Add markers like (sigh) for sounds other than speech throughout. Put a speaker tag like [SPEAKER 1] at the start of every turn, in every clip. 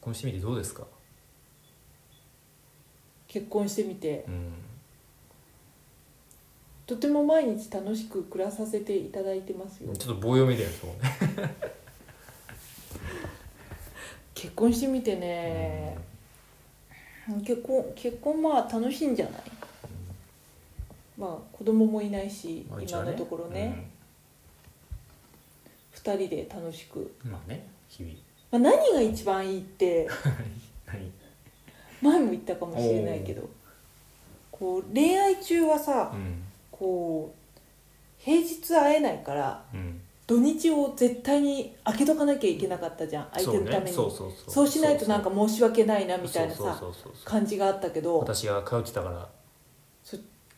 [SPEAKER 1] 婚してみてどうですか
[SPEAKER 2] 結婚してみて
[SPEAKER 1] うん
[SPEAKER 2] とても毎日楽しく暮らさせていただいてますよ
[SPEAKER 1] ちょっと棒読みだよそうね
[SPEAKER 2] 結婚してみてね、結婚結婚まあ楽しいんじゃない、まあ子供もいないし、
[SPEAKER 1] まあ一応
[SPEAKER 2] 今のところね、二2人で楽しく、
[SPEAKER 1] うんまあね日々
[SPEAKER 2] まあ、何が一番いいって (laughs)
[SPEAKER 1] 何
[SPEAKER 2] 前も言ったかもしれないけどこう恋愛中はさ
[SPEAKER 1] うん
[SPEAKER 2] こう平日会えないから
[SPEAKER 1] うん
[SPEAKER 2] 土日を絶対に開けとかなきゃいけなかったじゃん相手のために
[SPEAKER 1] そうねそうそうそう
[SPEAKER 2] そうしないとなんか申し訳ないな
[SPEAKER 1] そう
[SPEAKER 2] みたいな
[SPEAKER 1] そう
[SPEAKER 2] さ
[SPEAKER 1] そうそうそう
[SPEAKER 2] 感じがあったけど
[SPEAKER 1] 私が通ってたから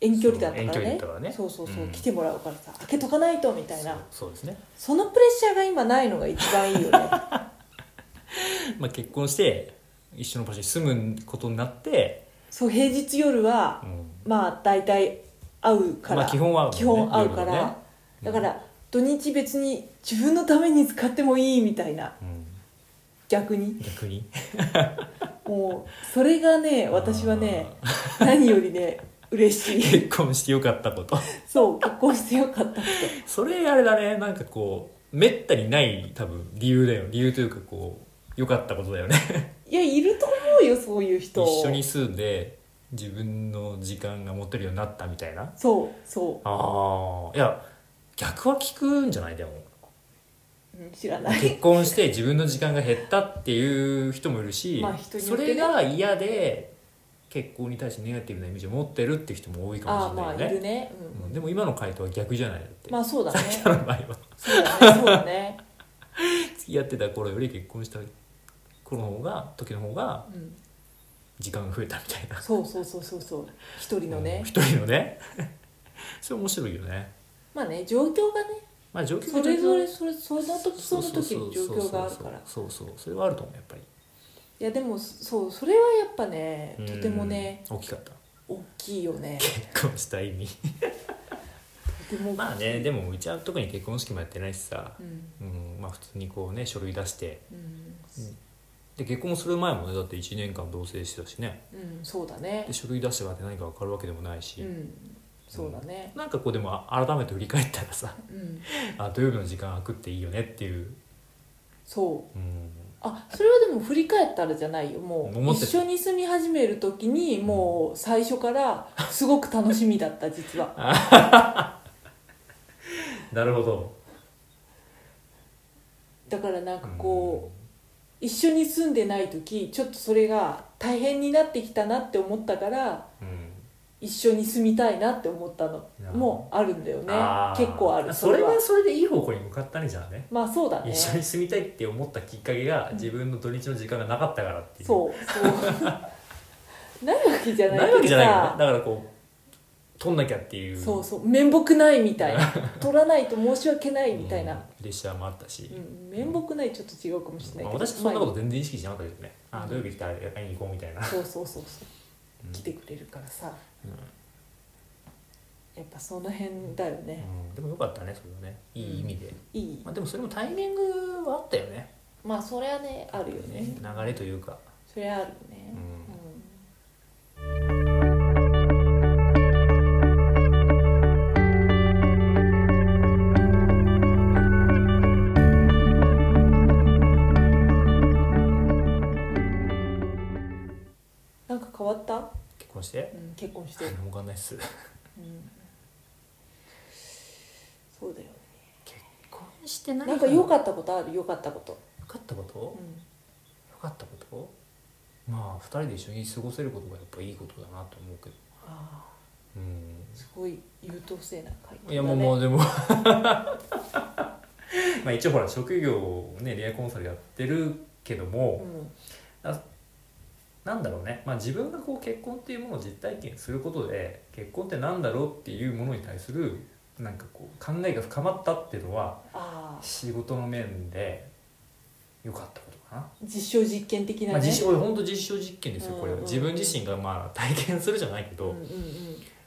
[SPEAKER 2] 遠距離だった
[SPEAKER 1] そう遠距離
[SPEAKER 2] から
[SPEAKER 1] だ
[SPEAKER 2] ね
[SPEAKER 1] ったからね
[SPEAKER 2] そうそうそう、
[SPEAKER 1] うん
[SPEAKER 2] 来てもらうからさ開けとかないとみたいな
[SPEAKER 1] そうそうですね、
[SPEAKER 2] そのプレッシャーが今ないのが一番いいよ
[SPEAKER 1] (laughs)
[SPEAKER 2] ね
[SPEAKER 1] まあ、結婚して一緒の場所に住むことになって、
[SPEAKER 2] そう平日夜は
[SPEAKER 1] うん
[SPEAKER 2] まあ大体会うから、
[SPEAKER 1] まあ、基本は、
[SPEAKER 2] 基本会うか
[SPEAKER 1] 夜
[SPEAKER 2] ら、
[SPEAKER 1] はね
[SPEAKER 2] だから土日別に自分のために使ってもいいみたいな
[SPEAKER 1] うん、
[SPEAKER 2] 逆に
[SPEAKER 1] 逆に (laughs)
[SPEAKER 2] もうそれがね私はね何よりね嬉
[SPEAKER 1] (laughs)
[SPEAKER 2] しい
[SPEAKER 1] 結婚してよかったこと
[SPEAKER 2] そう結婚してよかったって
[SPEAKER 1] それあれだねなんかこうめったにない多分理由だよ理由というかこうよかったことだよね
[SPEAKER 2] いやいると思うよそういう人
[SPEAKER 1] 一緒に住んで自分の時間が持てるようになったみたいな
[SPEAKER 2] そうそ
[SPEAKER 1] ああいや逆は聞くんじゃないでも
[SPEAKER 2] ううん知らない
[SPEAKER 1] 結婚して自分の時間が減ったっていう人もいるし、
[SPEAKER 2] (laughs) まあ人によ
[SPEAKER 1] そ
[SPEAKER 2] ってね
[SPEAKER 1] れが嫌で結婚に対してネガティブなイメージを持ってるっていう人も多いか
[SPEAKER 2] ああ
[SPEAKER 1] もしれ
[SPEAKER 2] ま
[SPEAKER 1] な
[SPEAKER 2] あ
[SPEAKER 1] い
[SPEAKER 2] い
[SPEAKER 1] よ
[SPEAKER 2] る
[SPEAKER 1] ね、
[SPEAKER 2] ね、うん
[SPEAKER 1] うんでも今の回答は逆じゃないだって、 (laughs)
[SPEAKER 2] まあそうだね
[SPEAKER 1] あの場合は
[SPEAKER 2] そうだねそうだね、
[SPEAKER 1] 付き合ってた頃より結婚した頃の方が時の方が
[SPEAKER 2] うん、
[SPEAKER 1] 時間が増えたみたいな
[SPEAKER 2] そうそうそうそうそう一人の
[SPEAKER 1] うん
[SPEAKER 2] ね
[SPEAKER 1] 一人のね (laughs) それ面白いよね
[SPEAKER 2] まあね状況がね
[SPEAKER 1] まあ状況
[SPEAKER 2] そ
[SPEAKER 1] が
[SPEAKER 2] れぞれそれその時その時の状況があるから
[SPEAKER 1] そうそうそうそれはあると思うやっぱり
[SPEAKER 2] いやでもそうそれはやっぱねとてもね
[SPEAKER 1] うん大きかった
[SPEAKER 2] 大きいよね
[SPEAKER 1] 結婚した意味
[SPEAKER 2] とても
[SPEAKER 1] まあねでもうちは特に結婚式もやってないしさ、
[SPEAKER 2] うん
[SPEAKER 1] うんまあ、普通にこうね書類出して
[SPEAKER 2] うん
[SPEAKER 1] で結婚する前もねだって1年間同棲してたしね
[SPEAKER 2] うんそうだね
[SPEAKER 1] で書類出してもらって何か分かるわけでもないし、
[SPEAKER 2] うんそうだね
[SPEAKER 1] なんかこうでも改めて振り返ったらさ
[SPEAKER 2] うん
[SPEAKER 1] あ土曜日の時間空くっていいよねっていう、
[SPEAKER 2] そ
[SPEAKER 1] う
[SPEAKER 2] う
[SPEAKER 1] ん、
[SPEAKER 2] あそれはでも振り返ったらじゃないよもう
[SPEAKER 1] 思ってた
[SPEAKER 2] 一緒に住み始める時にもう最初からすごく楽しみだった実は
[SPEAKER 1] なるほど
[SPEAKER 2] だからなんかこう、一緒に住んでない時ちょっとそれが大変になってきたなって思ったから
[SPEAKER 1] うん、
[SPEAKER 2] 一緒に住みたいなって思ったの
[SPEAKER 1] なるほど
[SPEAKER 2] もあるんだよね
[SPEAKER 1] あー
[SPEAKER 2] 結構ある
[SPEAKER 1] それはそれでいい方向に向かったねじゃあね
[SPEAKER 2] まあそうだね
[SPEAKER 1] 一緒に住みたいって思ったきっかけが
[SPEAKER 2] うん
[SPEAKER 1] 自分の土日の時間がなかったからっていう
[SPEAKER 2] そう (laughs) そうないわけじゃない
[SPEAKER 1] ないわけじゃないよね
[SPEAKER 2] さ
[SPEAKER 1] だからこう取んなきゃっていう
[SPEAKER 2] そうそう面目ないみたい
[SPEAKER 1] (laughs)
[SPEAKER 2] な取らないと申し訳ないみたいな、
[SPEAKER 1] う
[SPEAKER 2] うん
[SPEAKER 1] んプレッシャーもあったし、
[SPEAKER 2] 面目ないちょっと違うかもしれない
[SPEAKER 1] まあ、
[SPEAKER 2] けど、
[SPEAKER 1] 私そんなこと
[SPEAKER 2] ま
[SPEAKER 1] 全然意識しなかったけどね、
[SPEAKER 2] う
[SPEAKER 1] あ
[SPEAKER 2] ん
[SPEAKER 1] 土曜日来たら会いに行こうみたいな
[SPEAKER 2] あ、そうそうそうそう
[SPEAKER 1] うん
[SPEAKER 2] 来てくれるからさ
[SPEAKER 1] うん
[SPEAKER 2] やっぱその辺だよね、
[SPEAKER 1] うんでもよかったねそれはねいい意味で、
[SPEAKER 2] いい
[SPEAKER 1] まあ、でもそれもタイミングはあったよね
[SPEAKER 2] まあそれはねあるよね
[SPEAKER 1] 流れというか、
[SPEAKER 2] それはあるね
[SPEAKER 1] うん、
[SPEAKER 2] なんか変わった、
[SPEAKER 1] 結婚して
[SPEAKER 2] うん、結婚して、
[SPEAKER 1] 分かんないっす
[SPEAKER 2] うん、そうだよ
[SPEAKER 1] 結婚してな
[SPEAKER 2] なんか良
[SPEAKER 1] っ
[SPEAKER 2] かったことある良かったこと、
[SPEAKER 1] たかったこと
[SPEAKER 2] う
[SPEAKER 1] 良
[SPEAKER 2] ん、
[SPEAKER 1] かったことまあ2人で一緒に過ごせることがやっぱいいことだなと思うけど
[SPEAKER 2] あ
[SPEAKER 1] う
[SPEAKER 2] ーすごい優等生な回答
[SPEAKER 1] んいやもうもうでも (laughs) まあ一応ほら職業をねレアコンサルやってるけども、
[SPEAKER 2] うん
[SPEAKER 1] なんだろうね、まあ、自分がこう結婚っていうものを実体験することで結婚ってなんだろうっていうものに対するなんかこう考えが深まったっていうのは
[SPEAKER 2] あー
[SPEAKER 1] 仕事の面で良かったことかな
[SPEAKER 2] 実証実験的なね、
[SPEAKER 1] まあ、実証本当実証実験ですよこれは
[SPEAKER 2] うんうんうん
[SPEAKER 1] 自分自身がまあ体験するじゃないけど、
[SPEAKER 2] うんうんうん、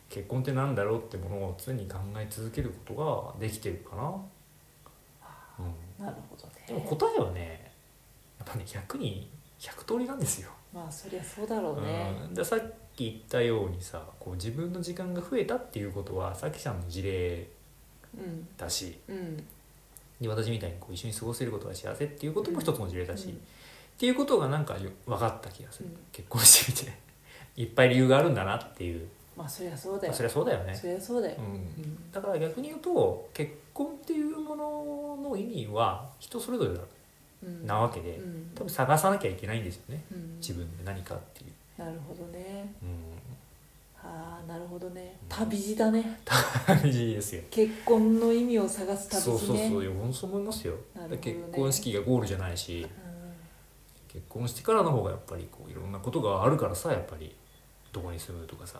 [SPEAKER 1] 結婚ってなんだろうってものを常に考え続けることができてるかな、うん
[SPEAKER 2] なるほどね
[SPEAKER 1] でも答えはねやっぱね逆に100通りなんですよ。
[SPEAKER 2] まあそりゃそうだろうね
[SPEAKER 1] うん、でさっき言ったようにさこう自分の時間が増えたっていうことはさきちゃんの事例
[SPEAKER 2] うん
[SPEAKER 1] だし
[SPEAKER 2] うん
[SPEAKER 1] で私みたいにこう一緒に過ごせることが幸せっていうことも一つの事例だし、
[SPEAKER 2] うん
[SPEAKER 1] っていうことがなんかよ分かった気がする、
[SPEAKER 2] うん
[SPEAKER 1] 結婚してみていっぱい理由があるんだなっていう、
[SPEAKER 2] まあそりゃそうだ
[SPEAKER 1] ま
[SPEAKER 2] よ
[SPEAKER 1] あ、そりゃそうだよね
[SPEAKER 2] そりゃそうだよ
[SPEAKER 1] う、、
[SPEAKER 2] うんん、
[SPEAKER 1] だから逆に言うと結婚っていうものの意味は人それぞれだ
[SPEAKER 2] うん
[SPEAKER 1] なわけで、
[SPEAKER 2] うん
[SPEAKER 1] 多分探さなきゃいけないんですよね
[SPEAKER 2] うん
[SPEAKER 1] 自分で何かっていう、
[SPEAKER 2] なるほどね
[SPEAKER 1] う
[SPEAKER 2] ああなるほどね
[SPEAKER 1] うん
[SPEAKER 2] 旅路だね
[SPEAKER 1] ん、感じですよ
[SPEAKER 2] 結婚の意味を探す旅路
[SPEAKER 1] そうそう
[SPEAKER 2] ねう
[SPEAKER 1] そ
[SPEAKER 2] ん
[SPEAKER 1] ういや本当そう思いますよ、
[SPEAKER 2] なるほどね
[SPEAKER 1] 結婚式がゴールじゃないし結婚してからの方がやっぱりこういろんなことがあるからさやっぱりどこに住むとかさ、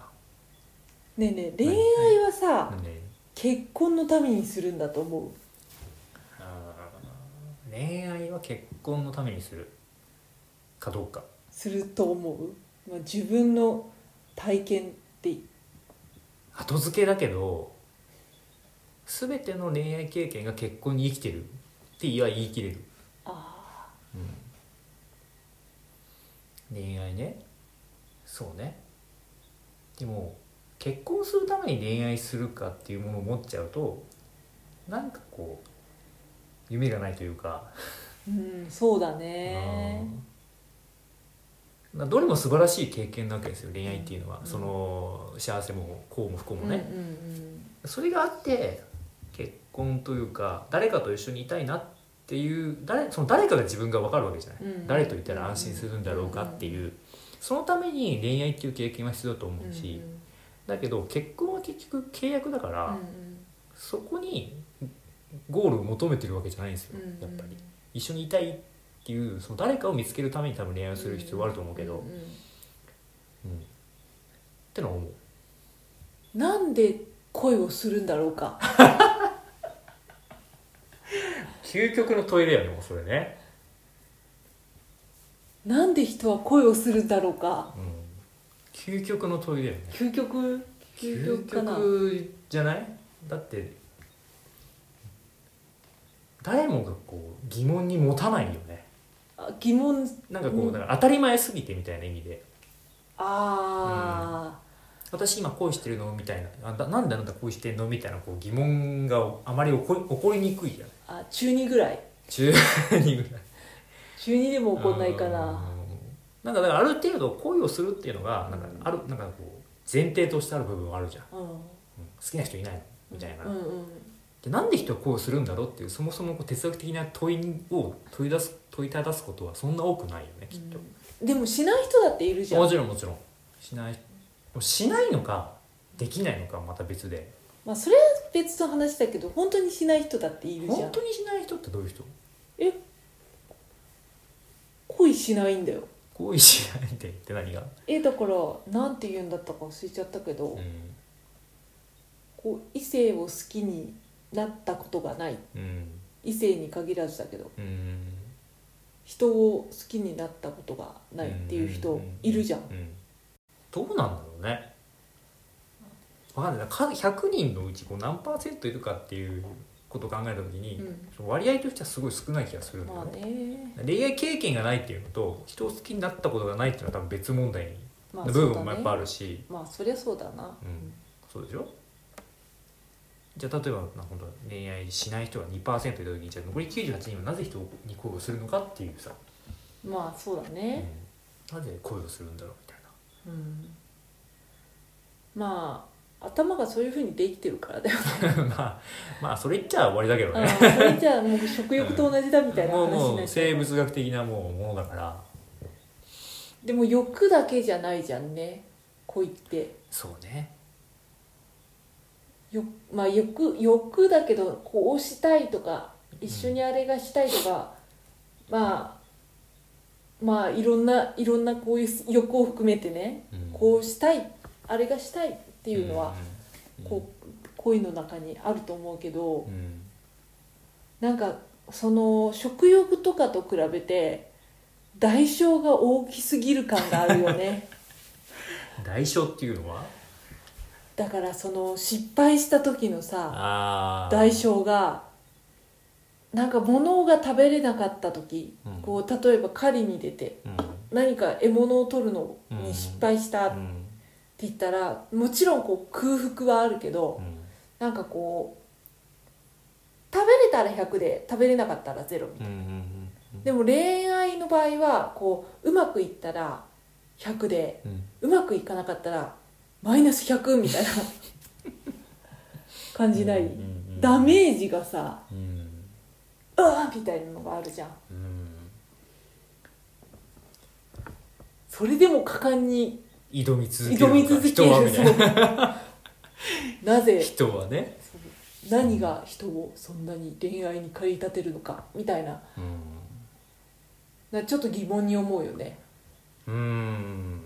[SPEAKER 2] ねえねえ恋愛はさ
[SPEAKER 1] ね、
[SPEAKER 2] 結婚のためにするんだと思う
[SPEAKER 1] あー恋愛は結婚のためにするかどうか
[SPEAKER 2] すると思う、まあ、自分の体験って
[SPEAKER 1] 後付けだけど全ての恋愛経験が結婚に生きてるって言いは言い切れる、
[SPEAKER 2] あ
[SPEAKER 1] うん、恋愛ねそうねでも結婚するために恋愛するかっていうものを持っちゃうとなんかこう夢がないというか
[SPEAKER 2] あうんそうだね
[SPEAKER 1] うんまあどれも素晴らしい経験なわけですよ恋愛っていうのは、
[SPEAKER 2] うん
[SPEAKER 1] その幸せも幸も不幸
[SPEAKER 2] う
[SPEAKER 1] も
[SPEAKER 2] ん
[SPEAKER 1] ね、
[SPEAKER 2] うん
[SPEAKER 1] それがあって結婚というか誰かと一緒にいたいなっていう誰その誰かが自分が分かるわけじゃない、
[SPEAKER 2] うん
[SPEAKER 1] 誰といたら安心するんだろうかっていう、そのために恋愛っていう経験は必要だと思
[SPEAKER 2] うん
[SPEAKER 1] うし、
[SPEAKER 2] うんうん
[SPEAKER 1] だけど結婚は結局契約だから、
[SPEAKER 2] う
[SPEAKER 1] そこにゴールを求めてるわけじゃないんですよ、
[SPEAKER 2] んうん
[SPEAKER 1] やっぱり。一緒にいたいっていうその誰かを見つけるために多分恋愛をする必要はあると思うけど、
[SPEAKER 2] んん
[SPEAKER 1] うんってのは思う
[SPEAKER 2] なんで恋をするんだろうか
[SPEAKER 1] 究極のトイレやねもうそれね、
[SPEAKER 2] なんで人は恋をするんだろうか
[SPEAKER 1] うん、究極のトイレやね
[SPEAKER 2] 究極究極かな
[SPEAKER 1] 極じゃないだって誰もがこう疑問に持たないよね
[SPEAKER 2] あ疑問
[SPEAKER 1] なんかこう、
[SPEAKER 2] うん
[SPEAKER 1] だから当たり前すぎてみたいな意味で
[SPEAKER 2] あ
[SPEAKER 1] 私今恋してるのみたいなあだなんであなた恋してんのみたいなこう疑問があまり起こり起こりにくい (laughs) じゃない
[SPEAKER 2] ー、あ中2ぐらい
[SPEAKER 1] 中二ぐらい
[SPEAKER 2] 中2でも起こんないかな
[SPEAKER 1] うんなんかだからある程度恋をするっていうのがなんか
[SPEAKER 2] うん
[SPEAKER 1] あるなんかこう前提としてある部分はあるじゃん、
[SPEAKER 2] うん
[SPEAKER 1] うん好きな人いないのみたいな、
[SPEAKER 2] うんうん
[SPEAKER 1] でなんで人は恋をするんだろうっていうそもそもこう哲学的な問いを問い出す問いただすことはそんな多くないよねきっと、
[SPEAKER 2] うんでもしない人だっているじゃ
[SPEAKER 1] も
[SPEAKER 2] ん
[SPEAKER 1] ちろんもちろんしないしないのかできないのかはまた別で
[SPEAKER 2] まあそれは別の話だけど本当にしない人だっているじゃ
[SPEAKER 1] 本
[SPEAKER 2] ん
[SPEAKER 1] 当にしない人ってどういう人
[SPEAKER 2] え恋しないんだよ
[SPEAKER 1] 恋しないって言って何が、
[SPEAKER 2] えだからなんて言うんだったか忘れちゃったけど、
[SPEAKER 1] うん
[SPEAKER 2] こう異性を好きになったことがない
[SPEAKER 1] うん
[SPEAKER 2] 異性に限らずだけど
[SPEAKER 1] うん、
[SPEAKER 2] 人を好きになったことがないっていう人いるじゃん、
[SPEAKER 1] うどうなんだろうね分かんないか100人のうちこう何パーセントいるかっていうことを考えた時に、割合としてはすごい少ない気がするんだ
[SPEAKER 2] ま
[SPEAKER 1] よ
[SPEAKER 2] あ
[SPEAKER 1] ね、
[SPEAKER 2] ね
[SPEAKER 1] 恋愛経験がないっていうのと人を好きになったことがないっていうのは多分別問題
[SPEAKER 2] ま
[SPEAKER 1] な
[SPEAKER 2] あ
[SPEAKER 1] 部
[SPEAKER 2] そう
[SPEAKER 1] 分
[SPEAKER 2] だ
[SPEAKER 1] も
[SPEAKER 2] ね
[SPEAKER 1] やっぱあるし
[SPEAKER 2] まあそりゃそうだな、
[SPEAKER 1] うんそう,、でしょじゃあ例えばな今度は恋愛しない人が2%いた時にじゃあ残り98人はなぜ人に恋をするのかっていうさ、
[SPEAKER 2] まあそうだね、
[SPEAKER 1] うんなぜ恋をするんだろうみたいな
[SPEAKER 2] うんまあ頭がそういうふうにできてるからだよ、
[SPEAKER 1] まあまあそれ言っちゃ終わりだけど
[SPEAKER 2] うん
[SPEAKER 1] ね、
[SPEAKER 2] それじゃあもう食欲と同じだみたいな
[SPEAKER 1] も
[SPEAKER 2] 話
[SPEAKER 1] う
[SPEAKER 2] になっちゃう
[SPEAKER 1] もう生物学的なもうものだから
[SPEAKER 2] でも欲だけじゃないじゃんね恋って
[SPEAKER 1] そうね
[SPEAKER 2] よまあ欲欲だけどこうしたいとか一緒にあれがしたいとか、まあまあいろんないろんなこういう欲を含めてねこうしたいあれがしたいって
[SPEAKER 1] て
[SPEAKER 2] いうのは、、
[SPEAKER 1] うん
[SPEAKER 2] こう恋の中にあると思うけど
[SPEAKER 1] うん
[SPEAKER 2] なんかその食欲とかと比べて代償が大きすぎる感があるよ
[SPEAKER 1] (laughs)
[SPEAKER 2] ね。
[SPEAKER 1] 代償っていうのは
[SPEAKER 2] だからその失敗した時のさ
[SPEAKER 1] あー
[SPEAKER 2] 代、償がなんか物が食べれなかった時
[SPEAKER 1] うん
[SPEAKER 2] こう例えば狩りに出て
[SPEAKER 1] うん
[SPEAKER 2] 何か獲物を取るのに失敗したって言ったら、もちろんこう空腹はあるけど、なんかこう食べれたら100で食べれなかったら0みたいな、でも恋愛の場合はこううまくいったら100でうまくいかなかったらマイナス100みたいな感じない、ダメージがさ
[SPEAKER 1] うん
[SPEAKER 2] うわーみたいなのがあるじゃん
[SPEAKER 1] うん
[SPEAKER 2] それでも果敢に
[SPEAKER 1] 挑み続ける
[SPEAKER 2] 挑み続ける
[SPEAKER 1] 人はみたいな
[SPEAKER 2] そうなぜ
[SPEAKER 1] 人はね、
[SPEAKER 2] そう何が人をそんなに恋愛に駆り立てるのかみたいな
[SPEAKER 1] うん
[SPEAKER 2] なちょっと疑問に思うよね
[SPEAKER 1] うん